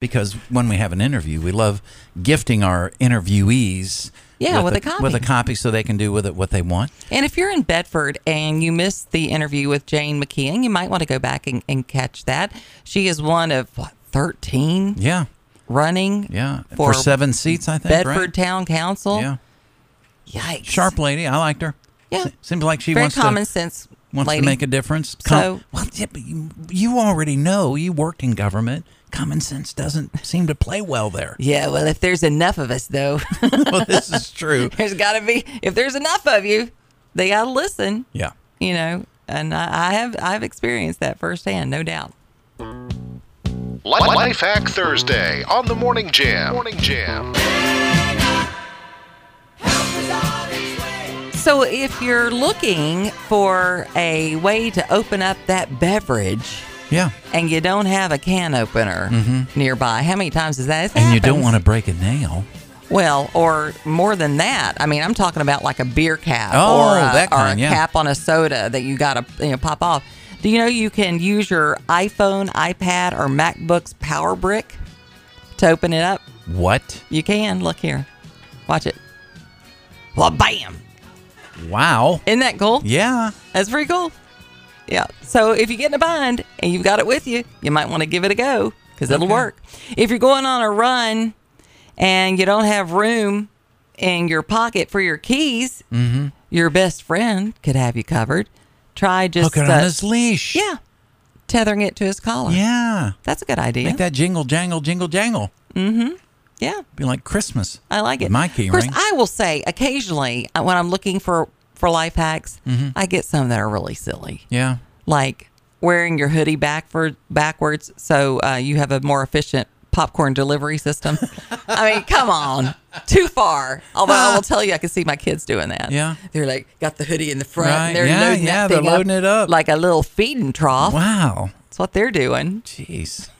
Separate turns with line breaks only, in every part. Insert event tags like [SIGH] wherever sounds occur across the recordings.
because when we have an interview, we love gifting our interviewees.
Yeah, with a copy.
With a copy so they can do with it what they want.
And if you're in Bedford and you missed the interview with Jane McKeon, you might want to go back and, and catch that. She is one of what, 13
Yeah,
running
yeah.
for,
seven seats, I think. right?
Bedford Town Council.
Yeah.
Yikes.
Sharp lady. I liked her.
Yeah.
Se- Seems like she
Very
wants
common
to.
sense.
wants
lady.
to make a difference.
So-
well, yeah, but you, you already know you worked in government. Common sense doesn't seem to play well there. [LAUGHS]
Yeah, well, if there's enough of us, though, [LAUGHS]
well, this is true.
there's got to be, if there's enough of you, they got to listen,
Yeah.
you know. And I, I have I've experienced that firsthand, no doubt.
Life, Life Hack Thursday on the Morning Jam. Morning Jam.
So, if you're looking for a way to open up that beverage
Yeah.
and you don't have a can opener nearby, how many times is that?
Mm-hmm. And you don't want to break a nail.
to. Well, or more than that. I mean, I'm talking about like a beer cap
Oh,
or a,
that
or
kind,
a
yeah.
cap on a soda that you got to you know, pop off. Do you know you can use your iPhone, iPad, or MacBook's power brick to open it up?
What?
You can. Look here. Watch it. Well, bam.
Wow.
Isn't that cool?
Yeah.
That's pretty cool. Yeah. So if you get in a bind and you've got it with you, you might want to give it a go because it'll
Okay.
work. If you're going on a run and you don't have room in your pocket for your keys,
Mm-hmm.
your best friend could have you covered. Try just
Hook it
uh,
on his leash.
yeah, tethering it to his collar.
Yeah.
That's a good idea.
Make that jingle, jangle, jingle, jangle.
yeah.
Be like Christmas.
I like
with
it.
My key
of course,
ring.
I will say occasionally uh, when I'm looking for for life hacks,
Mm-hmm.
I get some that are really silly. [LAUGHS]
yeah.
like wearing your hoodie back for backwards so uh, you have a more efficient popcorn delivery system. I mean, come on, too far. Although I will tell you, I can see my kids doing that.
Yeah.
they're like got the hoodie in the front.
Right.
And they're
Yeah,
loading
yeah,
that
they're
thing
loading it up.
like a little feeding trough.
Wow.
That's what they're doing.
Jeez.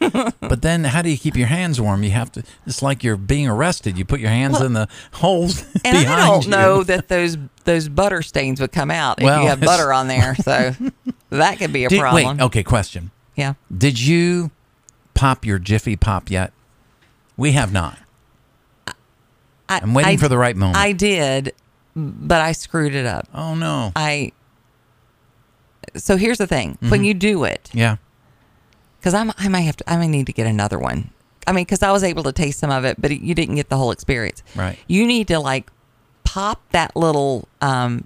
but then how do you keep your hands warm? You have to, it's like you're being arrested. You put your hands
Well,
in the [LAUGHS] holes
And
behind
I don't
you.
know that those those butter stains would come out if
Well,
you have
it's-
butter on
[LAUGHS]
there. So that could be a
Did,
problem.
wait, oh, okay, question.
Yeah.
Did you pop your Jiffy Pop yet? We have not.
I,
I'm waiting
I-
for the right moment.
I did, but I screwed it up.
oh, no.
I. So here's the thing: when you do it,
yeah.
because I I might have to, I may need to get another one. I mean, because I was able to taste some of it, but you didn't get the whole experience.
Right.
You need to like pop that little um,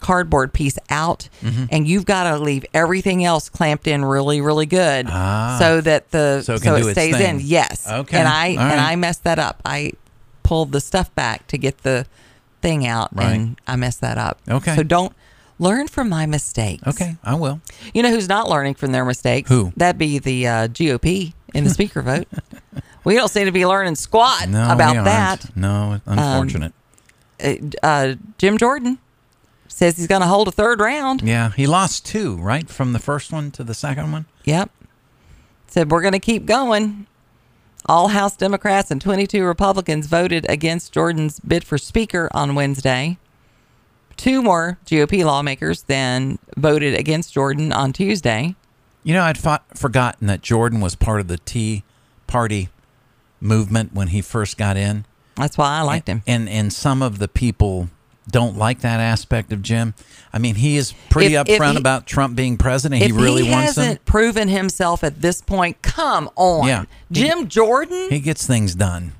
cardboard piece out,
Mm-hmm.
and you've got to leave everything else clamped in really, really good,
Ah.
so that the
So it
so it,
can do its
stays in.
thing.
Yes.
Okay.
And I
All
and
right.
I messed that up. I pulled the stuff back to get the thing out,
Right.
and I messed that up.
Okay.
So don't learn from my mistakes.
Okay, I will.
You know who's not learning from their mistakes?
Who?
That'd be the uh, GOP in the speaker
[LAUGHS]
vote. We don't seem to be learning squat
No, we
about
aren't.
that. Um,
No, it's unfortunate.
Uh, uh, Jim Jordan says he's going to hold a third round.
yeah, he lost two, right? From the first one to the second one?
Yep. Said we're going to keep going. All House Democrats and 22 Republicans voted against Jordan's bid for Speaker on Wednesday. Two more GOP lawmakers then voted against Jordan on Tuesday.
You know, I'd fought, forgotten that Jordan was part of the Tea Party movement when he first got in.
That's why I liked him.
And and some of the people don't like that aspect of Jim. I mean, he is pretty
If- if
upfront
he-
about Trump being president. He
if
really
he
wants
hasn't
him.
proven himself at this point, come on.
Yeah.
Jim Jordan.
He gets things done.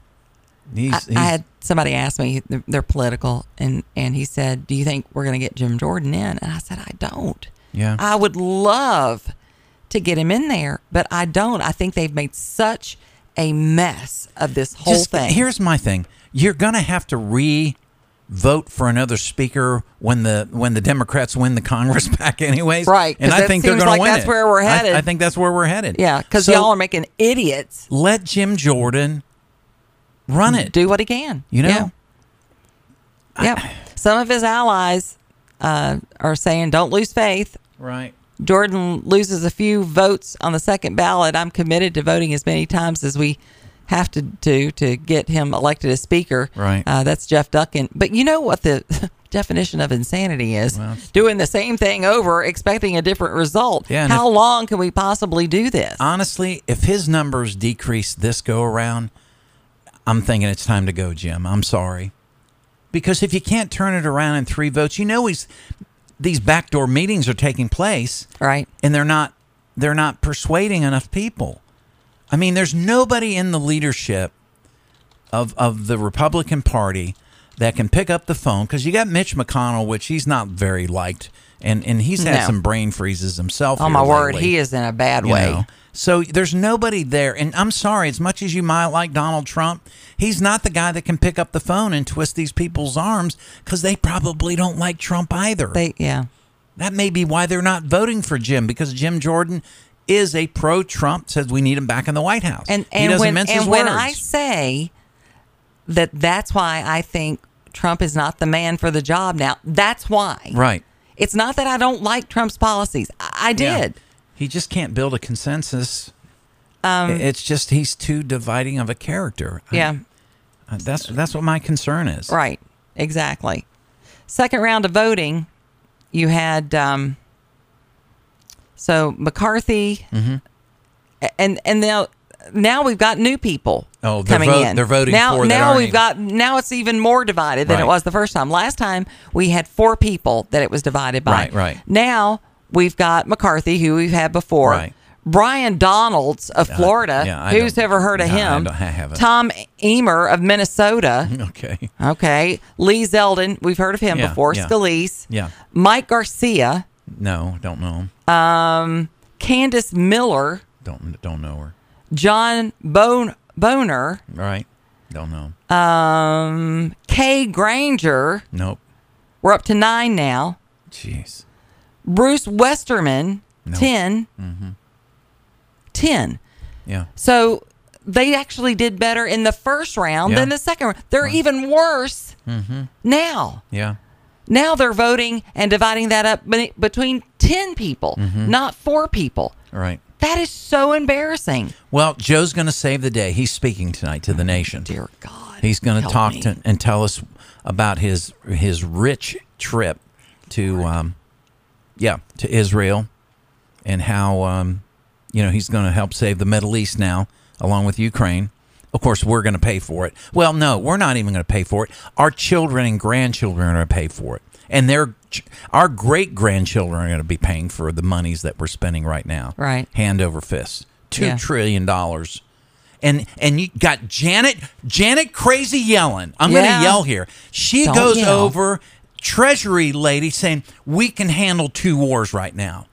He's,
I,
he's
I had somebody ask me they're, they're political, and and he said, "Do you think we're going to get Jim Jordan in?" And I said, "I don't.
Yeah.
I would love to get him in there, but I don't. I think they've made such a mess of this whole
just-
thing.
Here's my thing: you're gonna have to re vote for another speaker when the when the Democrats win the Congress [LAUGHS] back, anyways.
Right, 'cause
And I
that
think they're
seems
gonna
like
win.
that's
it.
where we're
I-
headed.
I, think that's where we're headed.
yeah, because
So,
y'all are making idiots
let Jim Jordan run it.
do what he can.
you know.
Yeah. yeah. Some of his allies uh, are saying, "Don't lose faith."
Right.
Jordan loses a few votes on the second ballot, I'm committed to voting as many times as we have to do to get him elected as speaker.
Right.
Uh, that's Jeff Duncan. But you know what the [LAUGHS] definition of insanity is? Doing the same thing over, expecting a different result.
Yeah, and
How long can we possibly do this?
Honestly, if his numbers decrease this go around, I'm thinking it's time to go, Jim. I'm sorry. Because if you can't turn it around in three votes, you know he's these backdoor meetings are taking place
right.
and they're not they're not persuading enough people. I mean, there's nobody in the leadership of of the Republican Party that can pick up the phone because you got Mitch McConnell, which he's not very liked, and and he's had
No.
some brain freezes himself.
Oh,
here
my word.
lately,
He is in a bad
you
way.
know. So there's nobody there, and I'm sorry. As much as you might like Donald Trump, he's not the guy that can pick up the phone and twist these people's arms because they probably don't like Trump either.
They, yeah.
That may be why they're not voting for Jim because Jim Jordan is a pro Trump, says we need him back in the White House.
And
he
and
doesn't
when
mince
and
his
when
words.
I say that that's why I think Trump is not the man for the job now. That's why.
right.
It's not that I don't like Trump's policies. I, I
Yeah.
did.
He just can't build a consensus. Um, it's just he's too dividing of a character. I-
Yeah.
I- that's that's what my concern is.
Right. Exactly. Second round of voting, you had um, so McCarthy,
Mm-hmm.
and and now now we've got new people.
Oh, they're
coming
vote-
in.
they're voting
now.
for that
now
aren't
we've
in.
got now it's even more divided than
Right.
it was the first time. Last time we had four people that it was divided by.
Right, right.
Now we've got McCarthy, who we've had before.
Right. Uh,
Brian Donalds of Florida.
yeah, I
who's
don't-
ever heard of
no, I
him?
don't- I haven't.
Tom Emer of Minnesota.
[LAUGHS] Okay.
Okay. Lee Zeldin, we've heard of him
Yeah,
before.
yeah.
Scalise.
Yeah.
Mike Garcia,
No, don't know. him.
Candace Miller,
Don't don't know her.
John Bone Boner, mm,
All right. Don't know.
Kay Granger.
nope.
We're up to nine now.
Jeez.
Bruce Westerman,
No. Mm-hmm.
10. 10.
Yeah.
So they actually did better in the first round
Yeah. Mm-hmm.
than the second round. They're even worse now.
Yeah.
Now they're voting and dividing that up be- between 10 people,
Mm-hmm.
not four people.
All right.
That is so embarrassing.
Well, Joe's going to save the day. He's speaking tonight to the nation.
Dear God.
He's going to
help
talk
me.
to, and tell us about his his rich trip to, um, yeah, to Israel, and how um, you know he's going to help save the Middle East now, along with Ukraine. Of course, we're going to pay for it. Well, no, we're not even going to pay for it. Our children and grandchildren are going to pay for it, and their ch- our great grandchildren are going to be paying for the monies that we're spending right now,
Right.
Hand over fist, Two trillion
Yeah.
dollars and and you got Janet Janet crazy yelling. I'm
Yeah.
gonna yell here. She
Don't
goes
yell.
over Treasury lady saying we can handle two wars right now.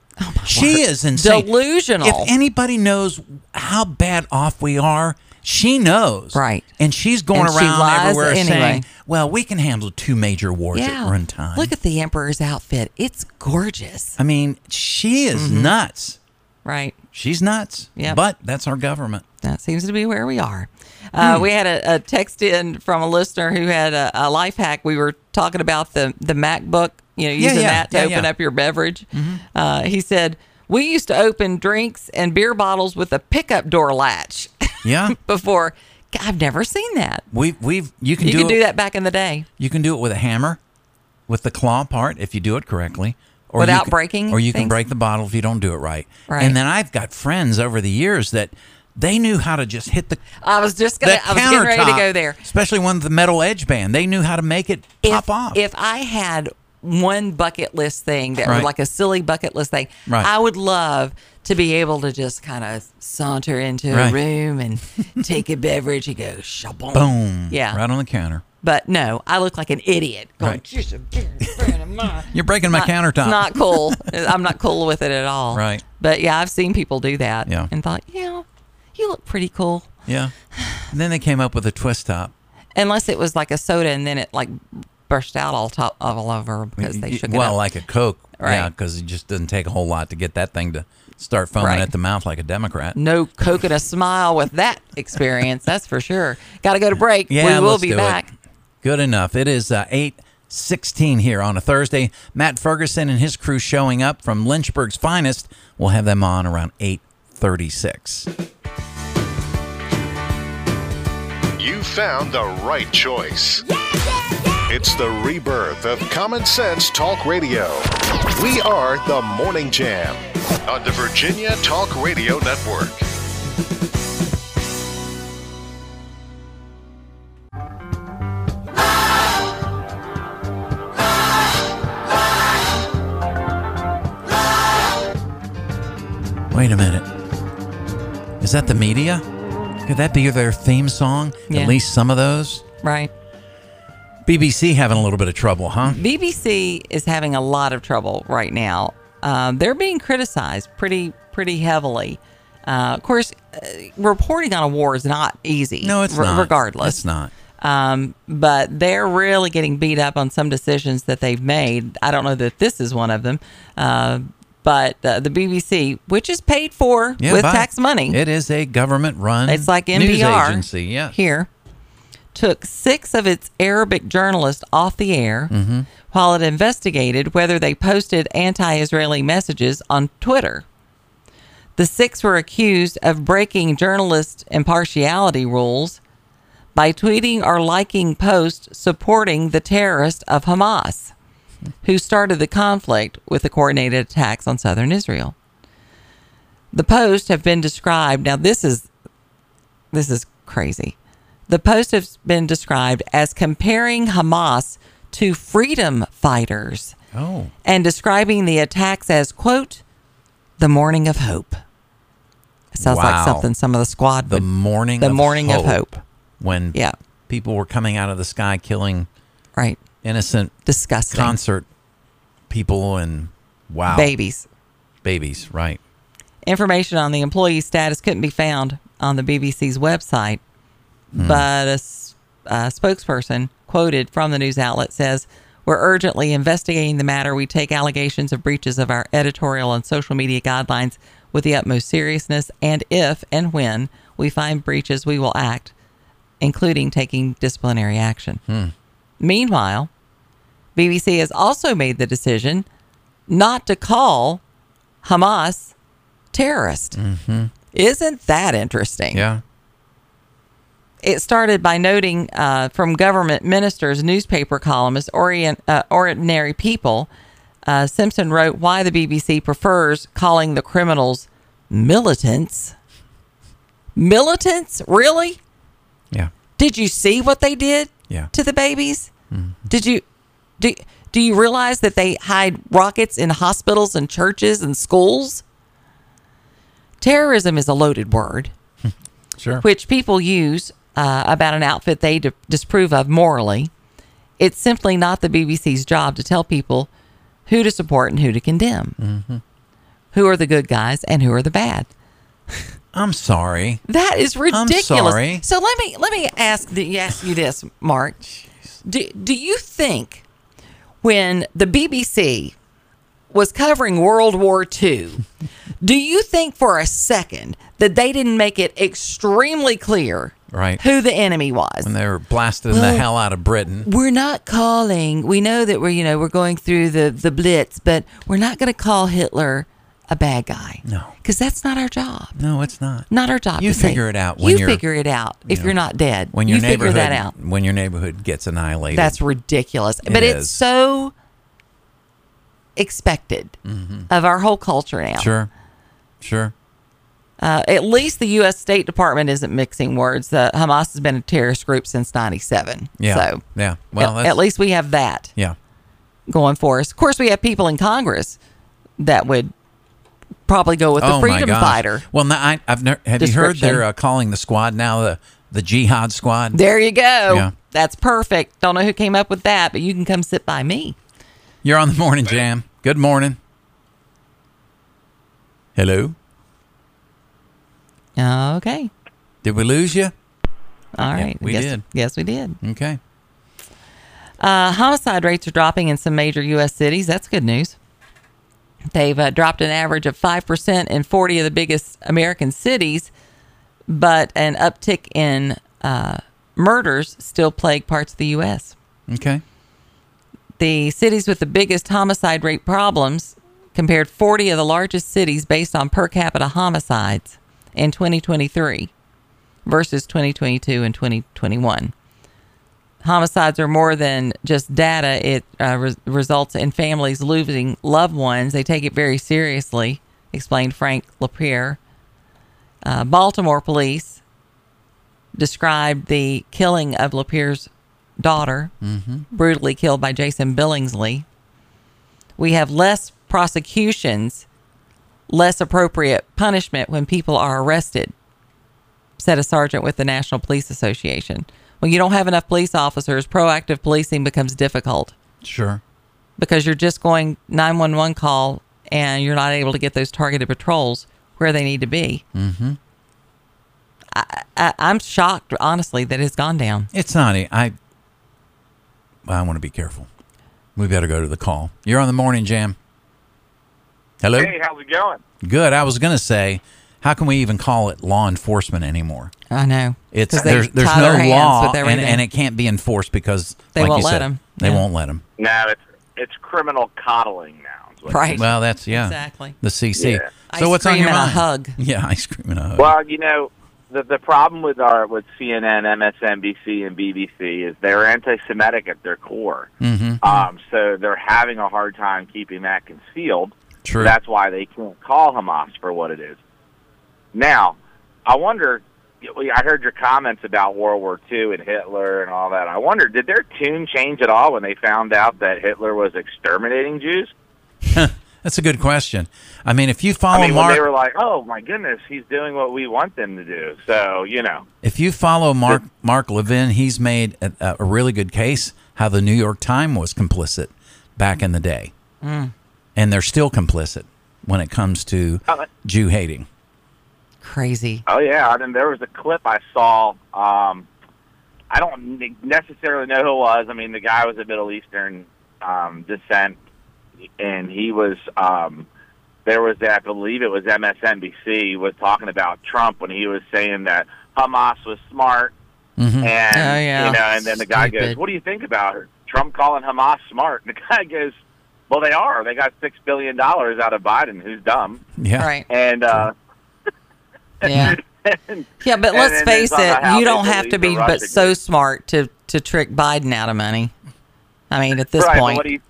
she is insane.
Oh, Delusional.
If anybody knows how bad off we are, she knows.
Right.
And she's going
And she
around
lies
everywhere
anyway.
saying, "Well, we can handle two major wars at
yeah.
one time."
Look at the emperor's outfit. It's gorgeous.
I mean, she is nuts.
Right.
She's nuts.
Mm-hmm. Yep.
But that's our government.
That seems to be where we are. Uh, we had a, a text in from a listener who had a, a life hack. We were talking about the, the MacBook, you know,
Yeah,
using
yeah,
that to
yeah,
open
yeah.
up your beverage. Uh, he said, We used to open drinks and beer bottles with a pickup door latch [LAUGHS]
Yeah.
before. God, I've never seen that.
We we've you can
You
do
could
it-
do that back in the day.
You can do it with a hammer, with the claw part, if you do it correctly. Or you
Without
can-
breaking
Or you can
things?
break the bottle if you don't do it right.
Right.
And then I've got friends over the years that they knew how to just hit the,
I was just
the
gonna. I was getting ready to
countertop,
go there.
Especially one with the metal edge band. They knew how to make it pop off.
If I had one bucket list thing that
Right.
was like a silly bucket list thing,
Right.
I would love to be able to just kind of saunter into
Right.
a
[LAUGHS]
room and take a beverage and go shaboom.
Boom.
Yeah.
Right on the counter.
But no, I look like an idiot. Going,
Right.
"Just a big friend of mine."
You're breaking my
Not-
countertop.
It's not
[LAUGHS]
cool. I'm not cool with it at all.
Right.
But yeah, I've seen people do that
Yeah.
and thought, you know, you look pretty cool.
yeah. And then they came up with a twist top.
Unless it was like a soda and then it like burst out all top all over because they
Y-
shook it
well,
up.
like a Coke.
Right.
Yeah, because it just doesn't take a whole lot to get that thing to start foaming
Right.
at the mouth like a Democrat.
no coke and a smile with that experience. That's for sure. Got to go to break.
Yeah,
we will
let's
be
do it.
back.
Good enough. It is uh, eight sixteen here on a Thursday. Matt Ferguson and his crew showing up from Lynchburg's finest. We'll have them on around eight thirty six.
You found the right choice. It's the rebirth of Common Sense Talk Radio. We are the Morning Jam on the Virginia Talk Radio Network.
Wait a minute. Is that the media? Could that be their theme song?
Yeah.
At least some of those?
Right.
BBC having a little bit of trouble, huh?
BBC is having a lot of trouble right now. Um, they're being criticized pretty pretty heavily. Uh, of course, uh, reporting on a war is not easy.
No, it's
re-
not.
Regardless,
It's not.
Um, but they're really getting beat up on some decisions that they've made. I don't know that this is one of them, uh, but uh, the BBC, which is paid for
Yeah,
with
but
tax money,
It is a government run
it's like NPR
news agency. Yeah.
here took six of its Arabic journalists off the air
Mm-hmm.
while it investigated whether they posted anti-Israeli messages on Twitter. The six were accused of breaking journalist impartiality rules by tweeting or liking posts supporting the terrorist of Hamas, who started the conflict with the coordinated attacks on southern Israel. The posts have been described. Now this is this is crazy. The posts have been described as comparing Hamas to freedom fighters
Oh.
and describing the attacks as quote the morning of hope. Sounds
Wow.
like something some of the squad
The
would
morning
the
of
morning
hope,
of hope.
When
Yeah.
people were coming out of the sky killing
Right.
innocent
Disgusting.
concert people and wow.
Babies.
Babies, right.
Information on the employee status couldn't be found on the BBC's website, but a, s- a spokesperson quoted from the news outlet says, We're urgently investigating the matter. We take allegations of breaches of our editorial and social media guidelines with the utmost seriousness, and if and when we find breaches, we will act, including taking disciplinary action. Meanwhile, BBC has also made the decision not to call Hamas terrorist. Isn't that interesting?
Yeah.
It started by noting uh, from government ministers, newspaper columnists, orient, uh, ordinary people. Uh, Simpson wrote why the BBC prefers calling the criminals militants. Militants? Really?
Yeah.
Did you see what they did
Yeah.
to the babies? Did you do, do you realize that they hide rockets in hospitals and churches and schools? Terrorism is a loaded word,
Sure.
which people use uh, about an outfit they d- disapprove of morally. It's simply not the BBC's job to tell people who to support and who to condemn. Who are the good guys and who are the bad?
I'm sorry.
That is ridiculous.
sorry.
So let me let me ask the, ask you this, Mark. Do, do you think when the BBC was covering World War II,
[LAUGHS]
do you think for a second that they didn't make it extremely clear
Right.
who the enemy was?
When they were blasting
Well-
the hell out of Britain.
we're not calling. We know that we're you know we're going through the the Blitz, but we're not going to call Hitler a bad guy.
No.
because that's not our job
No, it's not.
not our job.
You
to say.
figure it out when
you
you're-
figure it out if
know,
you're not dead.
When your
you figure
neighborhood
that out.
when your neighborhood gets annihilated.
That's ridiculous. but it's
is.
so expected of our whole culture now.
Mm-hmm. sure. Sure.
Uh, at least the U.S. State Department isn't mixing words. The Hamas has been a terrorist group since '97.
Yeah.
So
yeah. Well,
at,
that's,
at least we have that
yeah.
going for us. Of course, we have people in Congress that would probably go with the
oh my
freedom
gosh.
fighter.
Well, no, I, I've never. Have you heard
Description.
they're uh, calling the squad now the the jihad squad?
There you go.
Yeah.
That's perfect. Don't know who came up with that, but you can come sit by me.
You're on the morning jam. Good morning. Hello.
Okay.
Did we lose you?
All right.
we
yes,
did.
Yes, we did.
Okay.
Uh, homicide rates are dropping in some major U.S. cities. That's good news. They've uh, dropped an average of 5% in 40 of the biggest American cities, but an uptick in uh, murders still plague parts of the U.S.
Okay.
The cities with the biggest homicide rate problems compared 40 of the largest cities based on per capita homicides in 2023. versus 2022 and 2021. Homicides are more than just data, it uh, re- results in families losing loved ones. They take it very seriously, explained Frank LaPierre. Uh, Baltimore police described the killing of LaPierre's daughter, brutally killed by Jason Billingsley. We have less prosecutions, less appropriate punishment when people are arrested, said a sergeant with the National Police Association. When you don't have enough police officers, proactive policing becomes difficult
Sure.
because you're just going 911 call and you're not able to get those targeted patrols where they need to be. Mm-hmm. I, I, I'm shocked, honestly, that it's gone down.
It's not. a- I. I want to be careful. We better go to the call. You're on the morning jam. Hello.
Hey, how's it going?
Good. I was gonna say, how can we even call it law enforcement anymore?
I know.
It's
'Cause they
there's there's
tie
no
their hands
law,
with
and,
everything.
and it can't be enforced because
They
like
won't
you
let
said,
'em.
They
Yeah.
won't let them.
No, it's it's criminal coddling now. is what-
right.
Well, that's yeah.
Exactly.
The CC.
Yeah.
So
Ice
what's on
cream
your
and a
mind?
hug.
Yeah, ice cream and a hug.
Well, you know, the the problem with our with CNN, MSNBC, and BBC is they're anti-Semitic at their core. Mm-hmm. Um, so they're having a hard time keeping that concealed.
True.
That's why they can't call Hamas for what it is. Now, I wonder. I heard your comments about World War II and Hitler and all that. I wonder, did their tune change at all when they found out that Hitler was exterminating Jews?
That's a good question. I mean, if you
I
follow
mean, when
Mark,
they were like, "Oh my goodness, he's doing what we want them to do," so you know,
If you follow Mark Mark Levin, he's made a, a really good case how the New York Times was complicit back in the day,
Hmm.
and they're still complicit when it comes to
Oh, that-
Jew hating.
Crazy.
Oh yeah, I mean, there was a clip I saw. Um, I don't n- necessarily know who it was. I mean, the guy was of Middle Eastern um, descent, and he was. Um, there was, I believe it was MSNBC was talking about Trump when he was saying that Hamas was smart, and
Oh, yeah.
you know, and then the guy
Stupid.
goes, "What do you think about her? Trump calling Hamas smart?" And the [LAUGHS] guy goes, "Well, they are. They got six billion dollars out of Biden. Who's dumb?"
Yeah,
Right.
[LAUGHS]
And uh, [LAUGHS]
Yeah. Yeah, but let's
then
face
there's all the
it,
how
you
they
don't have
believe
to
the
be but
Russia
so
gate.
smart to to trick Biden out of money. I mean, at this
right, But
point.
what he,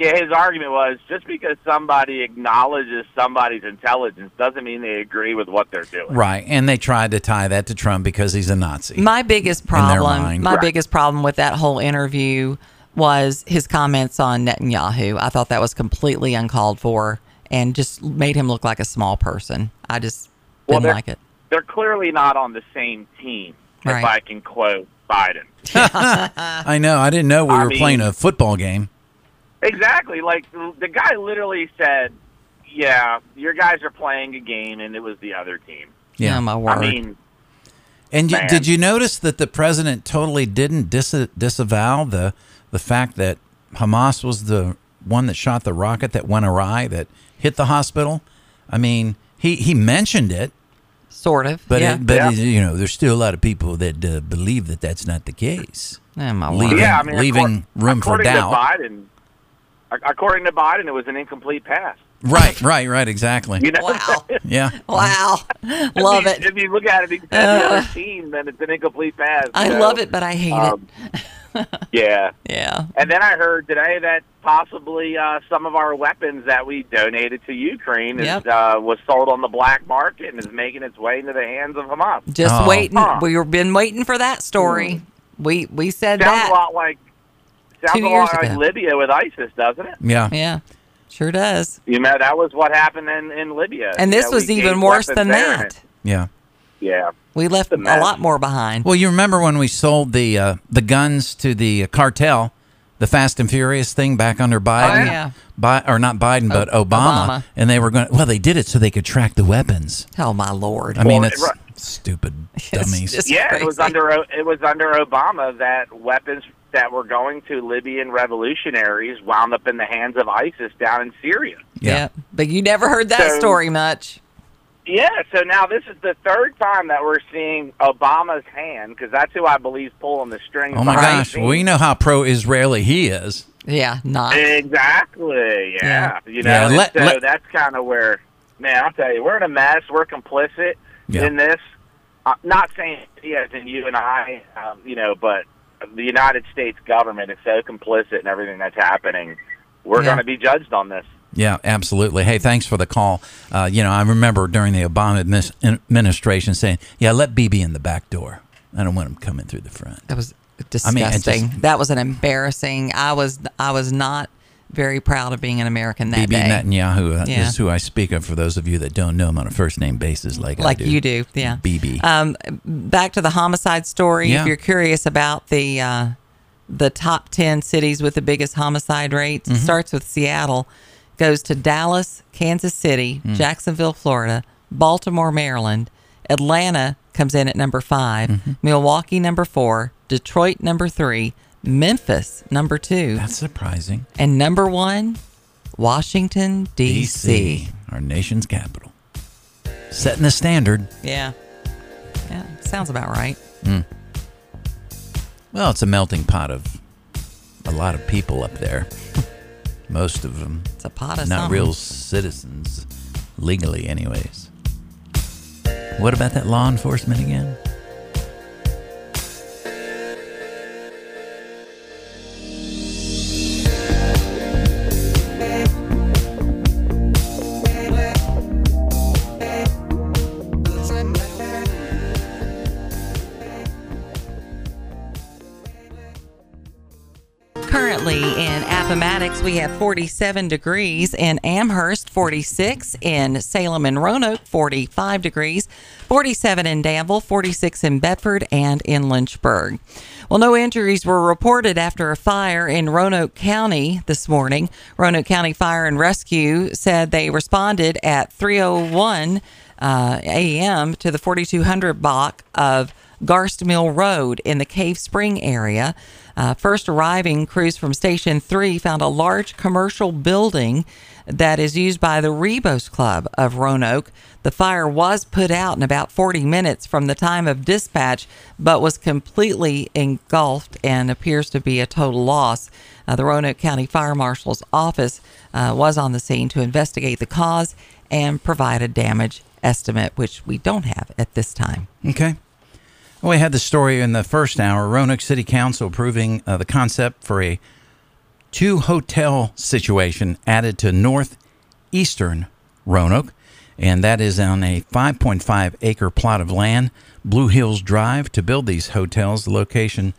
yeah, his argument was just because somebody acknowledges somebody's intelligence doesn't mean they agree with what they're doing.
right. And they tried to tie that to Trump because he's a Nazi.
My biggest
their
problem,
mind.
my
Right.
biggest problem with that whole interview was his comments on Netanyahu. I thought that was completely uncalled for and just made him look like a small person. I just
Well,
didn't
they're-
like it.
They're clearly not on the same team,
Right.
if I can quote Biden.
I know. I didn't know we
I
were
mean-
playing a football game.
Exactly. Like the guy literally said, "Yeah, your guys are playing a game, and it was the other team."
Yeah.
Oh, my word.
I mean,
and you,
man.
did you notice that the president totally didn't dis- disavow the the fact that Hamas was the one that shot the rocket that went awry that hit the hospital? I mean, he he mentioned it.
sort of.
But
yeah.
it, but
Yeah.
it- you know, there's still a lot of people that uh, believe that that's not the case.
oh, my
leave
word.
it.
yeah, I mean,
leaving
accor-
room for
according
doubt.
To Biden, ac- according to Biden, it was an incomplete pass.
Right, right, right. Exactly.
You know,
Wow.
Yeah.
[LAUGHS]
Wow. Love
if
it.
you, If you look at it, if you said the other team, then it's an incomplete pass.
I
so,
love it, but I hate
um,
it.
yeah.
Yeah.
And then I heard today that possibly uh, some of our weapons that we donated to Ukraine is,
Yep.
uh, was sold on the black market and is making its way into the hands of Hamas.
Just
Oh.
waiting.
Huh. Hmm.
We've been waiting for that story. We we said
Sounds
that.
a lot like sounds
Two
a
years
lot like
ago.
Libya with ISIS, doesn't it?
Yeah.
Yeah, sure does.
You know that was what happened in, in Libya.
And
You
this
know,
was
we
even
gave
worse
weapons
than
there and
that.
it-
Yeah.
Yeah.
We left a
a mess.
lot more behind.
Well, you remember when we sold the uh, the guns to the cartel, the Fast and Furious thing back under Biden,
yeah.
Bi- or not Biden, but Obama,
Obama.
and they were going. Well, they did it so they could track the weapons.
Oh my lord!
I mean,
Well,
it's
right.
stupid
It's
dummies.
just
[LAUGHS] Yeah, it was
crazy.
under O- it was under Obama that weapons that were going to Libyan revolutionaries wound up in the hands of ISIS down in Syria.
yeah.
but you never heard that
So-
story much.
Yeah, so now this is the third time that we're seeing Obama's hand because that's who I believe is pulling the strings.
Oh my
behind
gosh.
the
Well, we
scenes.
know how pro-Israeli he is.
Yeah, not
exactly. Yeah, you know,
Yeah,
and
let-
so
let-
that's kind of where man, I'll tell you, we're in a mess. We're complicit
Yeah.
in this. I'm not saying he as in you and I, um, you know, but the United States government is so complicit in everything that's happening. We're
Yeah.
going to be judged on this.
Yeah, absolutely. Hey, thanks for the call. Uh, you know, I remember during the Obama admis- administration saying, "Yeah, let BB in the back door. I don't want him coming through the front."
That was
I mean,
disgusting.
it just-
that was an embarrassing. I was I was not very proud of being an American that
BB
day.
Netanyahu uh,
Yeah.
is who I speak of. For those of you that don't know him on a first name basis, like I
like
do.
you do, yeah.
BB.
Um, back to the homicide story.
Yeah.
If you're curious about the uh, the top ten cities with the biggest homicide rates,
Mm-hmm.
it starts with Seattle, goes to Dallas, Kansas City,
Mm.
Jacksonville, Florida, Baltimore, Maryland, Atlanta comes in at number 5
Mm-hmm.
Milwaukee number four, Detroit number three, Memphis number two,
That's surprising.
and number one, Washington D.C.
DC, our nation's capital, setting the standard.
Yeah, yeah, sounds about right.
Well, it's a melting pot of a lot of people up there. [LAUGHS] Most of them
It's a pot of
not
something.
real citizens, legally, anyways. What about that law enforcement again?
Currently in Appomattox, we have 47 degrees, in Amherst, 46, in Salem and Roanoke, 45 degrees, 47 in Danville, 46 in Bedford, and in Lynchburg. Well, no injuries were reported after a fire in Roanoke County this morning. Roanoke County Fire and Rescue said they responded at 301 uh, a.m. to the 4200 block of Garst Mill Road in the Cave Spring area. Uh, first arriving crews from Station 3 found a large commercial building that is used by the Rebos Club of Roanoke. The fire was put out in about 40 minutes from the time of dispatch, but was completely engulfed and appears to be a total loss. Uh, the Roanoke County Fire Marshal's office uh, was on the scene to investigate the cause and provide a damage estimate, which we don't have at this time.
Okay. Well, we had the story in the first hour Roanoke City Council approving uh, the concept for a two hotel situation added to northeastern Roanoke, and that is on a 5.5 acre plot of land, Blue Hills Drive, to build these hotels. The location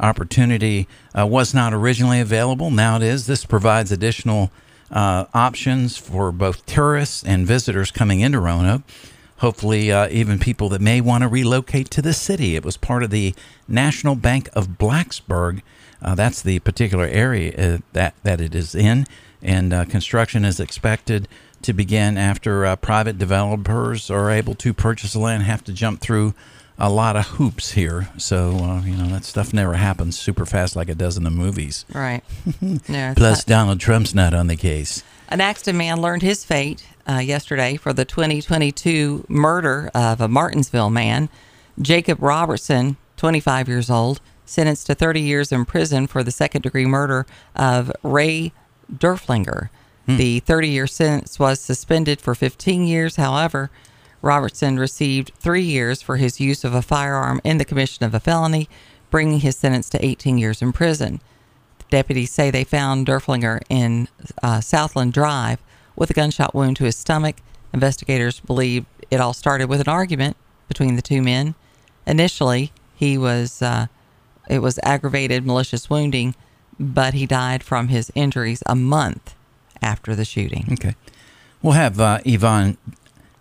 opportunity uh, was not originally available, now it is. This provides additional uh, options for both tourists and visitors coming into Roanoke. Hopefully, uh, even people that may want to relocate to the city. It was part of the National Bank of Blacksburg uh, that's the particular area uh, that that it is in, and uh, construction is expected to begin after uh, private developers are able to purchase the land. Have to jump through a lot of hoops here, so uh, you know that stuff never happens super fast like it does in the movies.
[LAUGHS] Right. No, it's
Plus,
not-
Donald Trump's not on the case.
An Axton man learned his fate uh, yesterday for the 2022 murder of a Martinsville man, Jacob Robertson, 25 years old, sentenced to 30 years in prison for the second degree murder of Ray Durflinger. The 30 year sentence was suspended for 15 years. However, Robertson received three years for his use of a firearm in the commission of a felony, bringing his sentence to 18 years in prison. Deputies say they found Derflinger in uh, Southland Drive with a gunshot wound to his stomach. Investigators believe it all started with an argument between the two men. Initially, he was uh, it was aggravated malicious wounding, but he died from his injuries a month after the shooting.
Okay. We'll have uh, Yvonne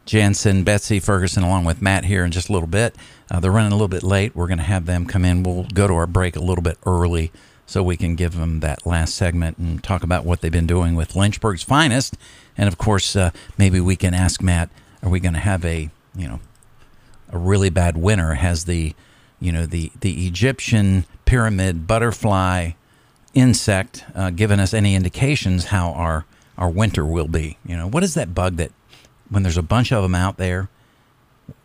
Jansen, Betsy Ferguson, along with Matt here in just a little bit. Uh, they're running a little bit late. We're going to have them come in. We'll go to our break a little bit early so we can give them that last segment and talk about what they've been doing with Lynchburg's finest. And of course, uh, maybe we can ask Matt, are we going to have a, you know, a really bad winter has the you know the the Egyptian pyramid butterfly insect uh, given us any indications how our our winter will be you know what is that bug that when there's a bunch of them out there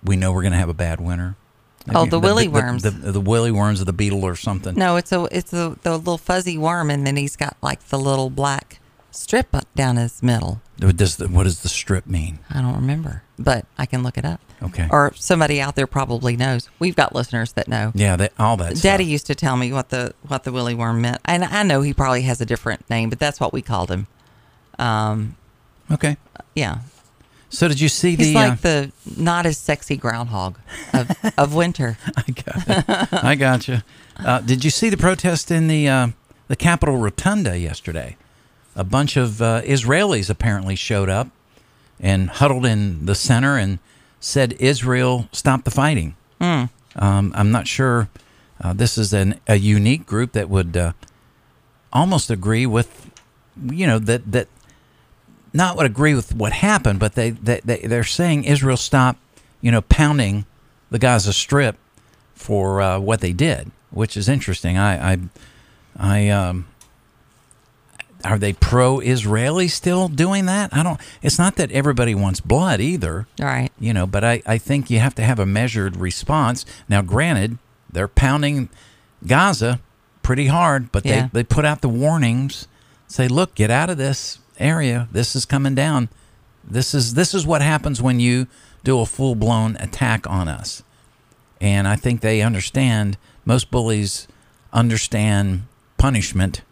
we know we're going to have a bad winter
Oh, the willy worms.
the, the, the willy worms of the beetle or something
No, it's a it's a, the little fuzzy worm, and then he's got like the little black strip up down his middle.
Does the, what does the strip mean
I don't remember, but I can look it up.
Okay.
or somebody out there probably knows. We've got listeners that know.
Yeah, that, all that. stuff.
Daddy used to tell me what the what the willy worm meant, and I know he probably has a different name, but that's what we called him. Um,
Okay.
yeah,
So did you see
he's
the?
like
uh,
the not as sexy groundhog of, of winter. [LAUGHS]
I got. [LAUGHS] I got you. Uh, did you see the protest in the uh, the Capitol Rotunda yesterday? A bunch of uh, Israelis apparently showed up and huddled in the center and said, "Israel, stop the fighting." Um, I'm not sure. Uh, this is an, a unique group that would uh, almost agree with, you know, that that not would agree with what happened, but they, they, they they're saying Israel stop, you know, pounding the Gaza Strip for uh, what they did, which is interesting. I I, I um, are they pro-Israeli still doing that? I don't. It's not that everybody wants blood either
All right,
you know but I, I think you have to have a measured response now granted they're pounding gaza pretty hard but
Yeah.
they, they put out the warnings say look get out of this area this is coming down this is this is what happens when you do a full-blown attack on us and i think they understand most bullies understand punishment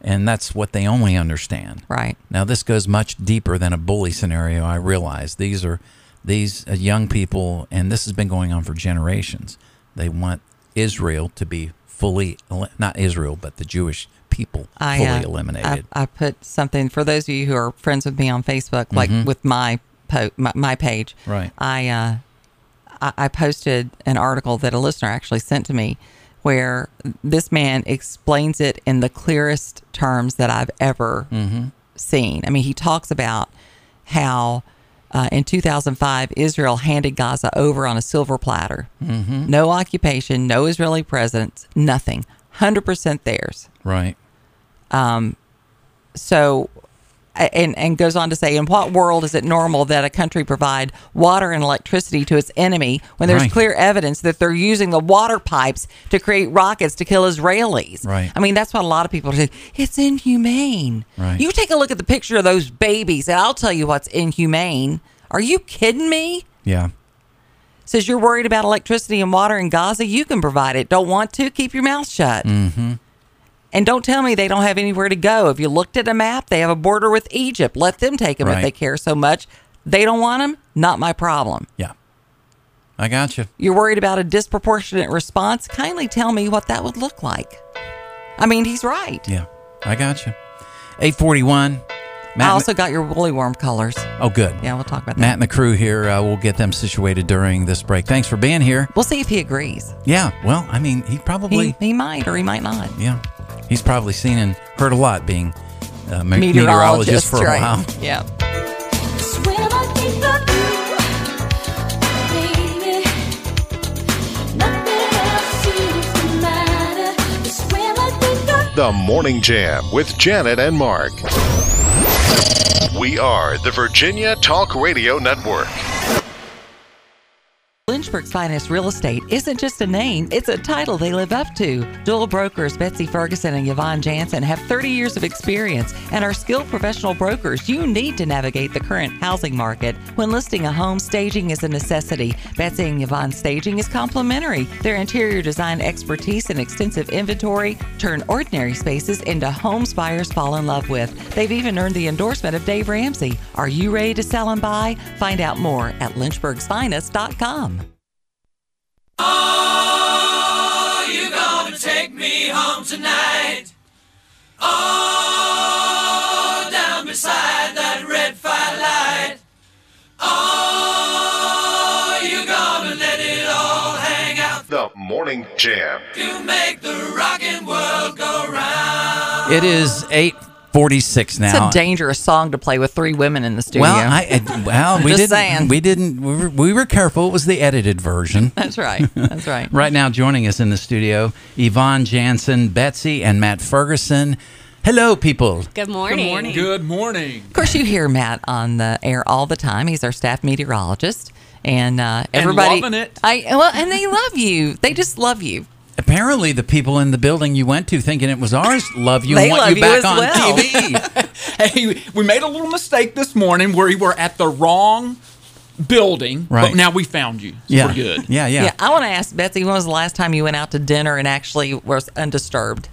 and that's what they only understand
right.
now, this goes much deeper than a bully scenario. I realize these are these uh, young people, and this has been going on for generations. They want Israel to be fully el- not Israel, but the Jewish people
I,
fully
uh,
eliminated.
I, I put something for those of you who are friends with me on Facebook, like with my, po- my my page.
Mm-hmm. Right.
I, uh, I I posted an article that a listener actually sent to me, where this man explains it in the clearest terms that I've ever
Mm-hmm.
seen. I mean, he talks about how. Uh, in 2005, Israel handed Gaza over on a silver platter. Mm-hmm. No occupation, no Israeli presence, nothing. 100% theirs
right.
so and and goes on to say in what world is it normal that a country provide water and electricity to its enemy when there's
Right.
clear evidence that they're using the water pipes to create rockets to kill Israelis
Right.
I mean that's what a lot of people are saying it's inhumane
Right.
you take a look at the picture of those babies and I'll tell you what's inhumane are you kidding me
Yeah.
says you're worried about electricity and water in Gaza, you can provide it. Don't want to, keep your mouth shut. Mm-hmm. And don't tell me they don't have anywhere to go. If you looked at a map, they have a border with Egypt. Let them take them if
Right.
they care so much. They don't want them. Not my problem.
Yeah. I got you.
You're worried about a disproportionate response. Kindly tell me what that would look like. I mean, he's right.
Yeah. I got you. Eight forty-one.
I also got your woolly worm colors.
oh, good.
Yeah, we'll talk about that.
Matt and the crew here. Uh, we'll get them situated during this break. Thanks for being here.
We'll see if he agrees.
Yeah. Well, I mean, he probably.
He, he might or he might not.
Yeah, he's probably seen and heard a lot being a me- meteorologist,
Meteorologist,
for a
right.
while.
Yeah.
When I think of you, baby, nothing else seems to matter. Just when I think of
The Morning Jam with Janet and Mark. We are the Virginia Talk Radio Network.
Lynchburg's finest real estate isn't just a name, it's a title they live up to. Dual brokers Betsy Ferguson and Yvonne Jansen have 30 years of experience and are skilled professional brokers you need to navigate the current housing market. When listing a home, staging is a necessity. Betsy and Yvonne's staging is complimentary. Their interior design expertise and extensive inventory turn ordinary spaces into homes buyers fall in love with. They've even earned the endorsement of Dave Ramsey. Are you ready to sell and buy? Find out more at lynchburgsfinest.com.
The Morning Jam.
It is eight forty-six
It's
now.
a dangerous song to play with three women in the studio.
well, I, I well we
Just
didn't
saying.
we didn't we were, we were careful. It was the edited
[LAUGHS]
version.
[LAUGHS] that's
[LAUGHS]
right. That's right.
Right now, joining us in the studio, Yvonne Jansen, Betsy, and Matt Ferguson. Hello, people.
Good morning.
Good morning.
Of course, you hear Matt on the air all the time. He's our staff meteorologist, and uh, everybody
loving it.
I well, and they love you. They just love you.
Apparently, the people in the building you went to, thinking it was ours, love you
They
and want
love
you
you
back
as
on
well.
TV.
[LAUGHS]
Hey, we made a little mistake this morning where we were at the wrong
building,
Right.
but now we found you. So
Yeah.
We're good.
Yeah, yeah.
Yeah. I want to ask Betsy, when was the last time you went out to dinner and actually was undisturbed?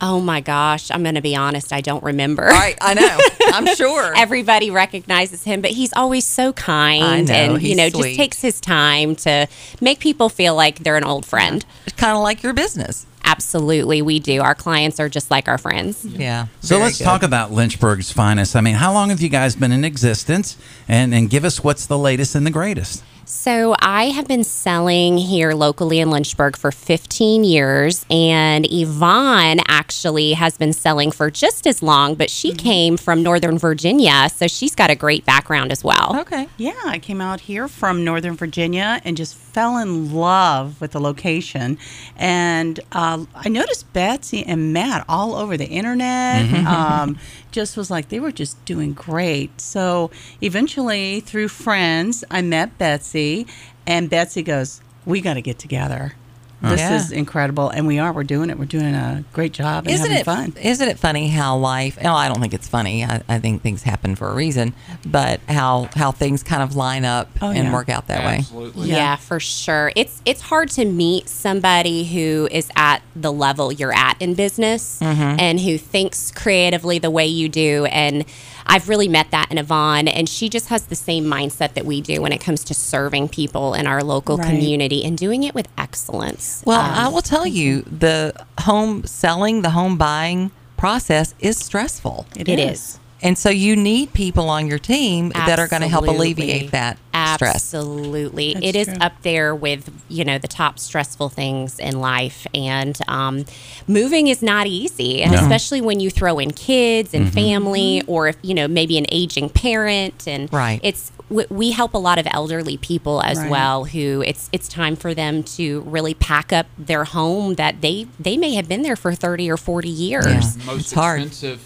Oh my gosh, I'm going to be honest, I don't remember.
All right, I know. I'm sure.
[LAUGHS] Everybody recognizes him, but he's always so kind
I know,
and
he's
you know
sweet.
just takes his time to make people feel like they're an old friend.
It's kind of like your business.
Absolutely, we do. Our clients are just like our friends.
Yeah.
So
Very
let's
good.
talk about Lynchburg's finest. I mean, how long have you guys been in existence? And and give us what's the latest and the greatest.
So I have been selling here locally in Lynchburg for 15 years, and Yvonne actually has been selling for just as long, but she
Mm-hmm.
came from Northern Virginia, so she's got a great background as well.
Okay.
Yeah, I came out here from Northern Virginia and just fell in love with the location. And uh, I noticed Betsy and Matt all over the internet.
Mm-hmm.
Um, just was like, they were just doing great. So eventually, through friends, I met Betsy, and Betsy goes, We got to get together. This
Yeah.
is incredible. And we are. We're doing it. We're doing a great job and
Isn't
having
it
fun.
Isn't it funny how life? No, I don't think it's funny. I, I think things happen for a reason. But how how things kind of line up
Oh,
and
yeah.
work out that way.
Absolutely.
Yeah. for sure. It's it's hard to meet somebody who is at the level you're at in business and who thinks creatively the way you do and I've really met that in Yvonne, and she just has the same mindset that we do when it comes to serving people in our local
Right.
community and doing it with excellence.
Well,
Um,
I will tell you, the home selling, the home buying process is stressful.
it is.
And so you need people on your team that are going to help
Absolutely.
alleviate that stress.
Absolutely. it is
true.
up there with, you know, the top stressful things in life. And um, moving is not easy, and
No.
especially when you throw in kids
Mm-hmm.
and family or if, you know, maybe an aging parent. And
Right.
it's, we- we help a lot of elderly people as
Right.
well who it's it's time for them to really pack up their home that they they may have been there for 30 or 40 years
Yeah.
Most
It's hard.
expensive.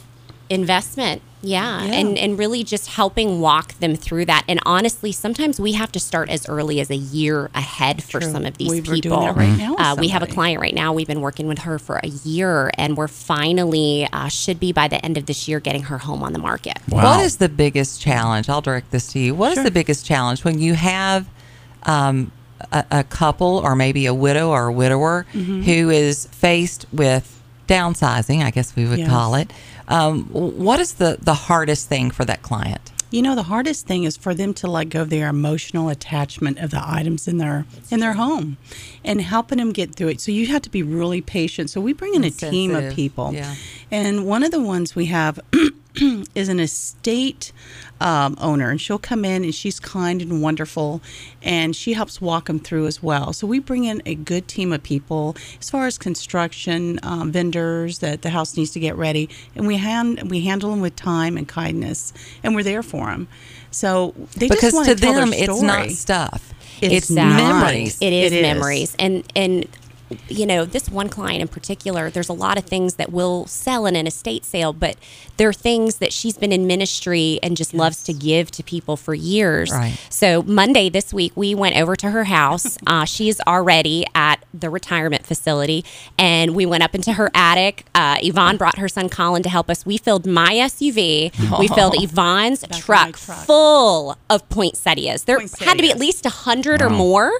investment yeah, And, and really just helping walk them through that and honestly sometimes we have to start as early as a year ahead for
True.
some of these
We were doing
people
that right now with
uh, we have a
somebody.
client right now we've been working with her for a year and we're finally uh, should be by the end of this year getting her home on the market
Wow.
What is the biggest challenge? I'll direct this to you. What is the biggest challenge when you have um, a, a couple or maybe a widow or a widower
Mm-hmm.
who is faced with downsizing, I guess we would
Yes.
call it? Um, what is the, the hardest thing for that client?
You know, the hardest thing is for them to let go of their emotional attachment of the items in their in their home, and helping them get through it. So you have to be really patient. So we bring in a team
sensitive,
of people,
yeah.
and one of the ones we have is an estate um, owner, and she'll come in and she's kind and wonderful, and she helps walk them through as well. So we bring in a good team of people as far as construction um, vendors that the house needs to get ready, and we hand we handle them with time and kindness, and we're there for them. So they just
because
want
to
tell their
them, it's not
story.
stuff.
It's
It's,
not.
memories.
It is
It is.
memories, and and you know this one client in particular. There's a lot of things that we'll sell in an estate sale, but there are things that she's been in ministry and just loves to give to people for years.
Right.
So Monday this week, we went over to her house. uh, she is already at the retirement facility, and we went up into her attic. Uh, Yvonne brought her son Colin to help us. We filled my SUV. We filled Yvonne's
my
truck,
truck.
full of poinsettias. There had to be
Poinsettias.
at least least 100 or more.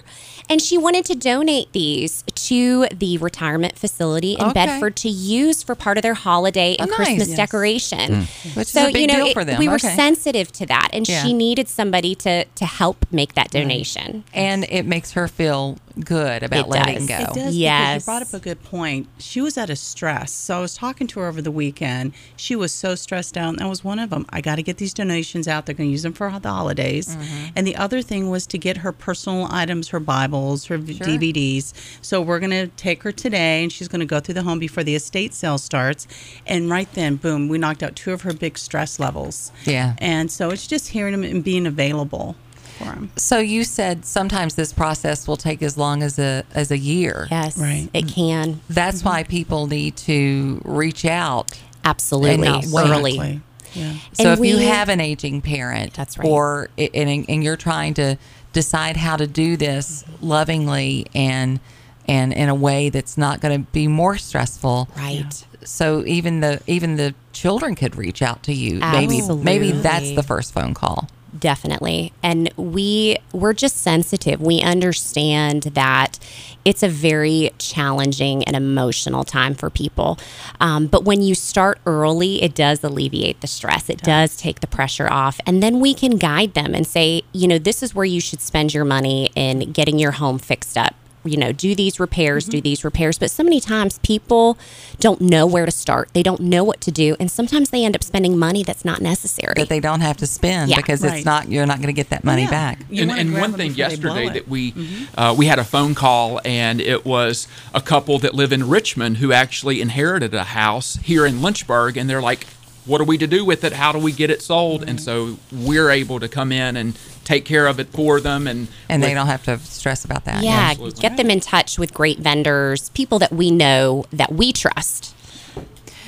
And she wanted to donate these to the retirement facility in
Okay.
Bedford to use for part of their holiday and
Oh, nice.
Christmas
Yes.
decoration.
Which is a big deal for them.
we were
Okay.
sensitive to that, and
Yeah.
she needed somebody to to help make that donation.
and it makes her feel good about
It
letting
does.
go.
It
It does because
Yes.
you brought up a good point. She was at a stress. So I was talking to her over the weekend. She was so stressed out, and that was one of them. I got to get these donations out. They're going to use them for the holidays.
Mm-hmm.
And the other thing was to get her personal items, her Bibles, her v- DVDs. So we're going to take her today, and she's going to go through the home before the estate sale starts. And right then, boom, we knocked out two of her big stress levels.
Yeah.
And so it's just hearing them and being available for them.
So you said sometimes this process will take as long as a as a year.
Yes,
Right.
it can.
That's why people need to reach out.
Absolutely.
And not wait.
early.
Exactly. Yeah.
So
And
if you
we-
have an aging parent,
That's right.
or i- and, and you're trying to decide how to do this
Mm-hmm.
lovingly and and in a way that's not going to be more stressful,
Right.
So even the even the children could reach out to you. Maybe maybe that's
Absolutely.
the first phone call.
Definitely. And we we're just sensitive. We understand that it's a very challenging and emotional time for people. Um, but when you start early, it does alleviate the stress. It does take the pressure off. And then we can guide them and say, you know, this is where you should spend your money in getting your home fixed up you know, do these repairs, do these repairs. But so many times people don't know where to start. They don't know what to do. And sometimes they end up spending money that's not necessary.
that they don't have to spend
Yeah.
because
Right.
it's not you're not going to get that money
Yeah.
back.
You
and
wanna
and
grab
one
them
thing
before they blow
yesterday
it. Mm-hmm.
that we uh, we had a phone call and it was a couple that live in Richmond who actually inherited a house here in Lynchburg and they're like, what are we to do with it? How do we get it sold?
Mm-hmm.
And so we're able to come in and take care of it for them and
And they
with-
don't have to stress about that.
yeah,
Absolutely.
get them in touch with great vendors, people that we know that we trust.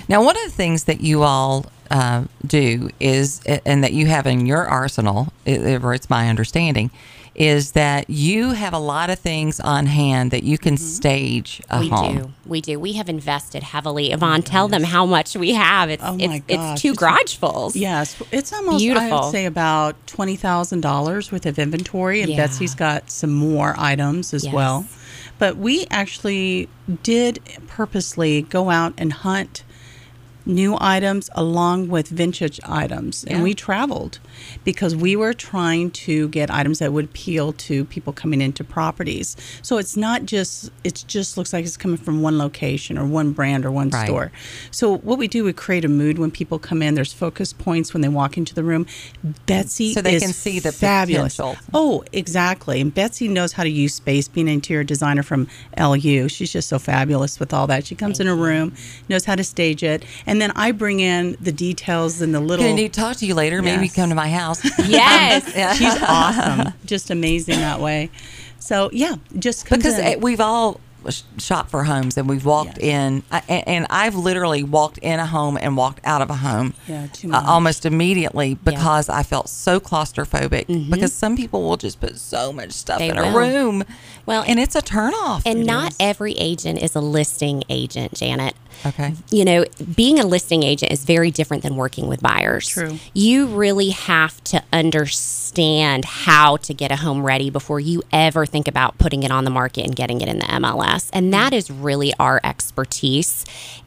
Now, one of the things that you all uh, do is, and that you have in your arsenal, it- or it's my understanding, is that you have a lot of things on hand that you can stage a
Mm-hmm. We
home.
do. We do. We have invested heavily. Yvonne, tell them how much we have. It's
Oh, my
it's,
gosh.
it's two
It's-
garage fulls.
Yes, it's almost I
Beautiful.
would say about twenty thousand dollars worth of inventory, and
Yeah.
Betsy's got some more items as
Yes.
well. But we actually did purposely go out and hunt new items along with vintage items, and we traveled because we were trying to get items that would appeal to people coming into properties. So it's not just it just looks like it's coming from one location or one brand or one
Right.
store. So what we do, we create a mood when people come in. There's focus points when they walk into the room. Betsy,
So they
is
can see the
fabulous.
potential.
Oh, exactly. And Betsy knows how to use space. Being an interior designer from LU, she's just so fabulous with all that. She comes in a room, knows how to stage it, and then I bring in the details and the
I'm going
little.
to
[LAUGHS]
need to talk to you later. Maybe
Yes.
come to my
[LAUGHS]
house. Um, [LAUGHS]
Yes.
She's
[LAUGHS]
awesome, just amazing that way. So yeah, just comes
because
in.
uh, we've all sh- shopped for homes and we've walked
Yes.
in I, a- and I've literally walked in a home and walked out of a home
Yeah, too
uh,
much.
almost immediately because I felt so claustrophobic because some people will just put so much stuff
Mm-hmm. They
in a
will.
room
Well,
and it's a turnoff
And not every agent is a listing agent, Janet.
Okay.
You know, being a listing agent is very different than working with buyers.
True.
You really have to understand how to get a home ready before you ever think about putting it on the market and getting it in the MLS. And that is really our expertise.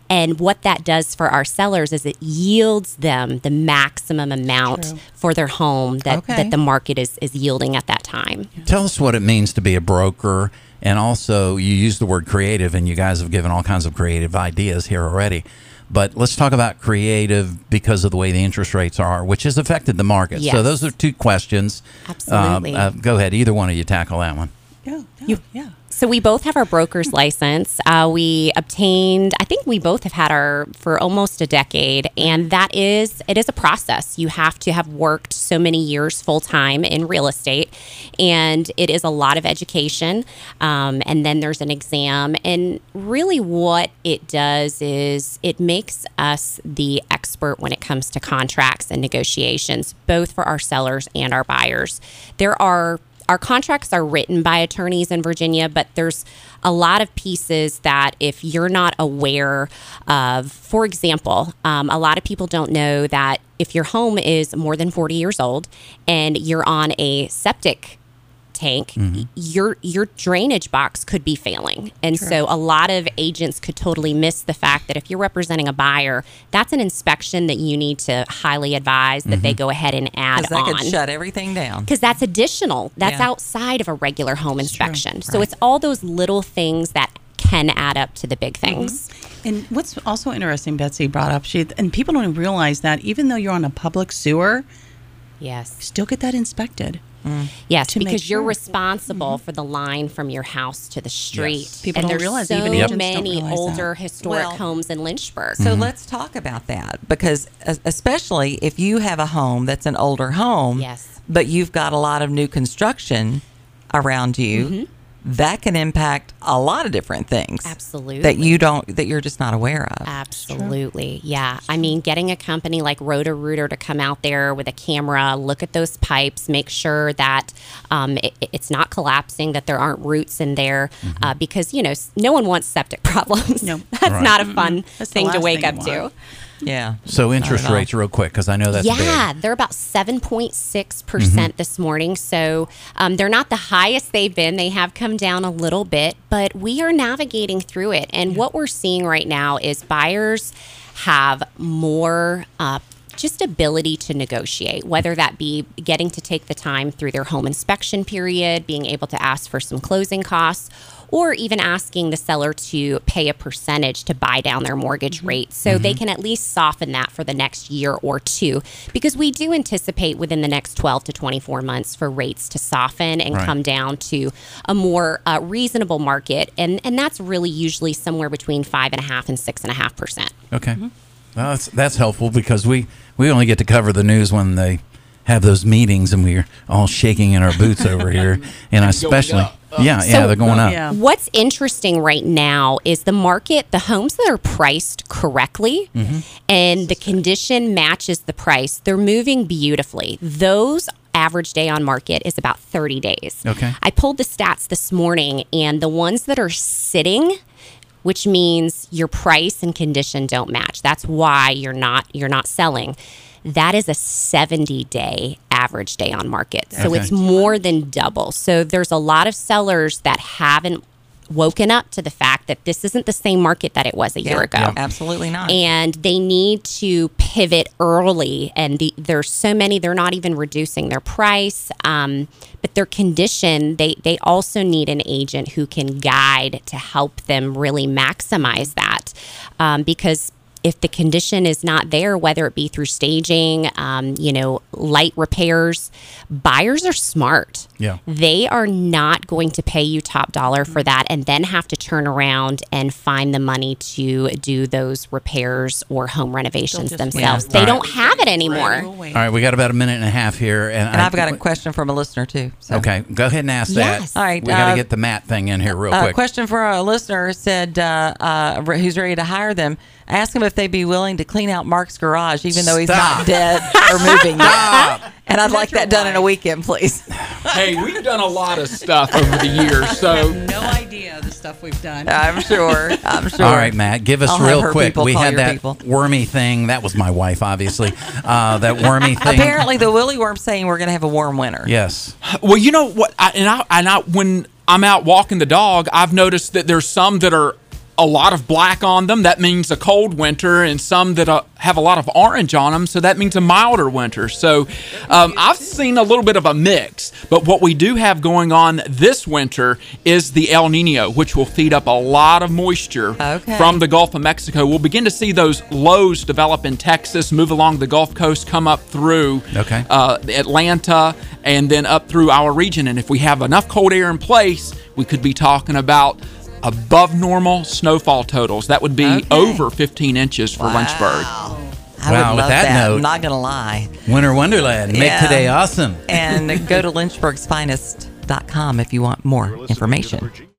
And what that does for our sellers is it yields them the maximum amount for their home that,
Okay.
that the market is, is yielding at that time.
Tell us what it means to be a broker. And also, you use the word creative, and you guys have given all kinds of creative ideas here already. But let's talk about creative because of the way the interest rates are, which has affected the market. So,
Yes.
those are two questions. Um,
Absolutely.
uh, go ahead. Either one of you tackle that one.
yeah, yeah, yeah.
So we both have our broker's license. Uh, we obtained, I think we both have had our for almost a decade, and that is it is a process. You have to have worked so many years full time in real estate, and it is a lot of education. Um, and then there's an exam, and really what it does is it makes us the expert when it comes to contracts and negotiations, both for our sellers and our buyers. There are our contracts are written by attorneys in Virginia, but there's a lot of pieces that if you're not aware of, for example, um, a lot of people don't know that if your home is more than 40 years old and you're on a septic tank, your your drainage box could be failing. And so a lot of agents could totally miss the fact that if you're representing a buyer, that's an inspection that you need to highly advise that they go ahead and add
because that
on
could shut everything down
because that's additional. That's
Yeah.
outside of a regular home inspection. So it's all those little things that can add up to the big
Mm-hmm.
things.
And what's also interesting, Betsy brought up, she and people don't realize that even though you're on a public sewer,
Yes.
still get that inspected.
Yes,
To make
because you're
sure. Mm-hmm.
responsible for the line from your house to the street.
People
and
don't
there's
realize,
so
even agents don't
many
realize that.
older historic
Well,
homes in Lynchburg.
So let's talk about that because es- especially if you have a home that's an older home,
Yes.
but you've got a lot of new construction around you, that can impact a lot of different things.
Mm-hmm. Absolutely.
That you don't that you're just not aware of.
Absolutely. Yeah. I mean, getting a company like Roto Rooter to come out there with a camera, look at those pipes, make sure that um, it, it's not collapsing, that there aren't roots in there, uh, because, you know, s- no one wants septic [LAUGHS] problems.
Mm-hmm. No.
That's not a fun
That's the
thing to
last
wake
thing
up [LAUGHS]
you
to.
want.
Yeah.
So interest
Not at all.
rates, real quick, because I know that's
yeah,
big. Mm-hmm.
they're about 7.6% percent this morning. So um, they're not the highest they've been. They have come down a little bit, but we are navigating through it. And what we're seeing right now is buyers have more. Uh, just ability to negotiate, whether that be getting to take the time through their home inspection period, being able to ask for some closing costs, or even asking the seller to pay a percentage to buy down their mortgage rate so they can at least soften that for the next year or two because we do anticipate within the next 12 to 24 months for rates to soften and
Right.
come down to a more uh, reasonable market and, and that's really usually somewhere between five and a half and six and a half percent
Okay.
Mm-hmm.
Well, that's that's helpful because we we only get to cover the news when they have those meetings and we're all shaking in our boots
[LAUGHS]
over here, and I especially
up.
yeah yeah
So-
they're going up
Yeah.
What's interesting right now is the market, the homes that are priced correctly and the condition matches the price, they're moving beautifully. Those average day on market is about 30 days.
Okay.
I pulled the stats this morning and the ones that are sitting which means your price and condition don't match. That's why you're not you're not selling. That is a 70 day average day on market. So
Okay.
it's more than double. So there's a lot of sellers that haven't woken up to the fact that this isn't the same market that it was a
Yeah.
year ago
Absolutely not.
and they need to pivot early. And the, there's so many; they're not even reducing their price, um, but their condition. They they also need an agent who can guide to help them really maximize that, um, because. If the condition is not there, whether it be through staging, um, you know, light repairs, buyers are smart
Yeah.
they are not going to pay you top dollar for that and then have to turn around and find the money to do those repairs or home renovations
They'll just-
themselves.
Yeah.
They
Right.
don't have it anymore.
Always.
All right, we got about a minute and a half here, and,
And I've got a question from a listener too. So.
Okay, go ahead and ask
Yes.
that.
All right,
we got to
uh,
get the Matt thing in here real
A
quick.
Uh, question for a listener said, uh, uh, re- who's ready to hire them? Ask him if they'd be willing to clean out Mark's garage, even though he's
Stop.
not dead or moving yet. [LAUGHS] And I'd like
your
that done in a
wife?
weekend, please.
hey, we've done a lot of
[LAUGHS]
stuff over the years, so
No idea the stuff
[LAUGHS]
we've
[LAUGHS]
done.
I'm sure. I'm sure.
All right, Matt, give us
I'll have
real
her
quick.
people
We
call
had
your
that
people.
wormy thing. That was my wife, obviously. Uh, that
[LAUGHS]
wormy thing.
Apparently, the Willy Worm's saying we're going to have a warm winter.
Yes.
well, you know what? I, and I and I when I'm out walking the dog, I've noticed that there's some that are a lot of black on them. That means a cold winter, and some that uh, have a lot of orange on them. So that means a milder winter. So um, I've seen a little bit of a mix. But what we do have going on this winter is the El Nino, which will feed up a lot of moisture
Okay.
from the Gulf of Mexico. We'll begin to see those lows develop in Texas, move along the Gulf Coast, come up through
Okay.
uh, Atlanta, and then up through our region. And if we have enough cold air in place, we could be talking about above normal snowfall totals. That would be
Okay.
over 15 inches for Lynchburg.
I
Wow,
would
with
love
that
that.
note-
I'm not going to lie.
Winter Wonderland. Make
Yeah.
today awesome. [LAUGHS]
And go to lynchburgsfinest.com if you want more
You're listening to the
information.
Virgin-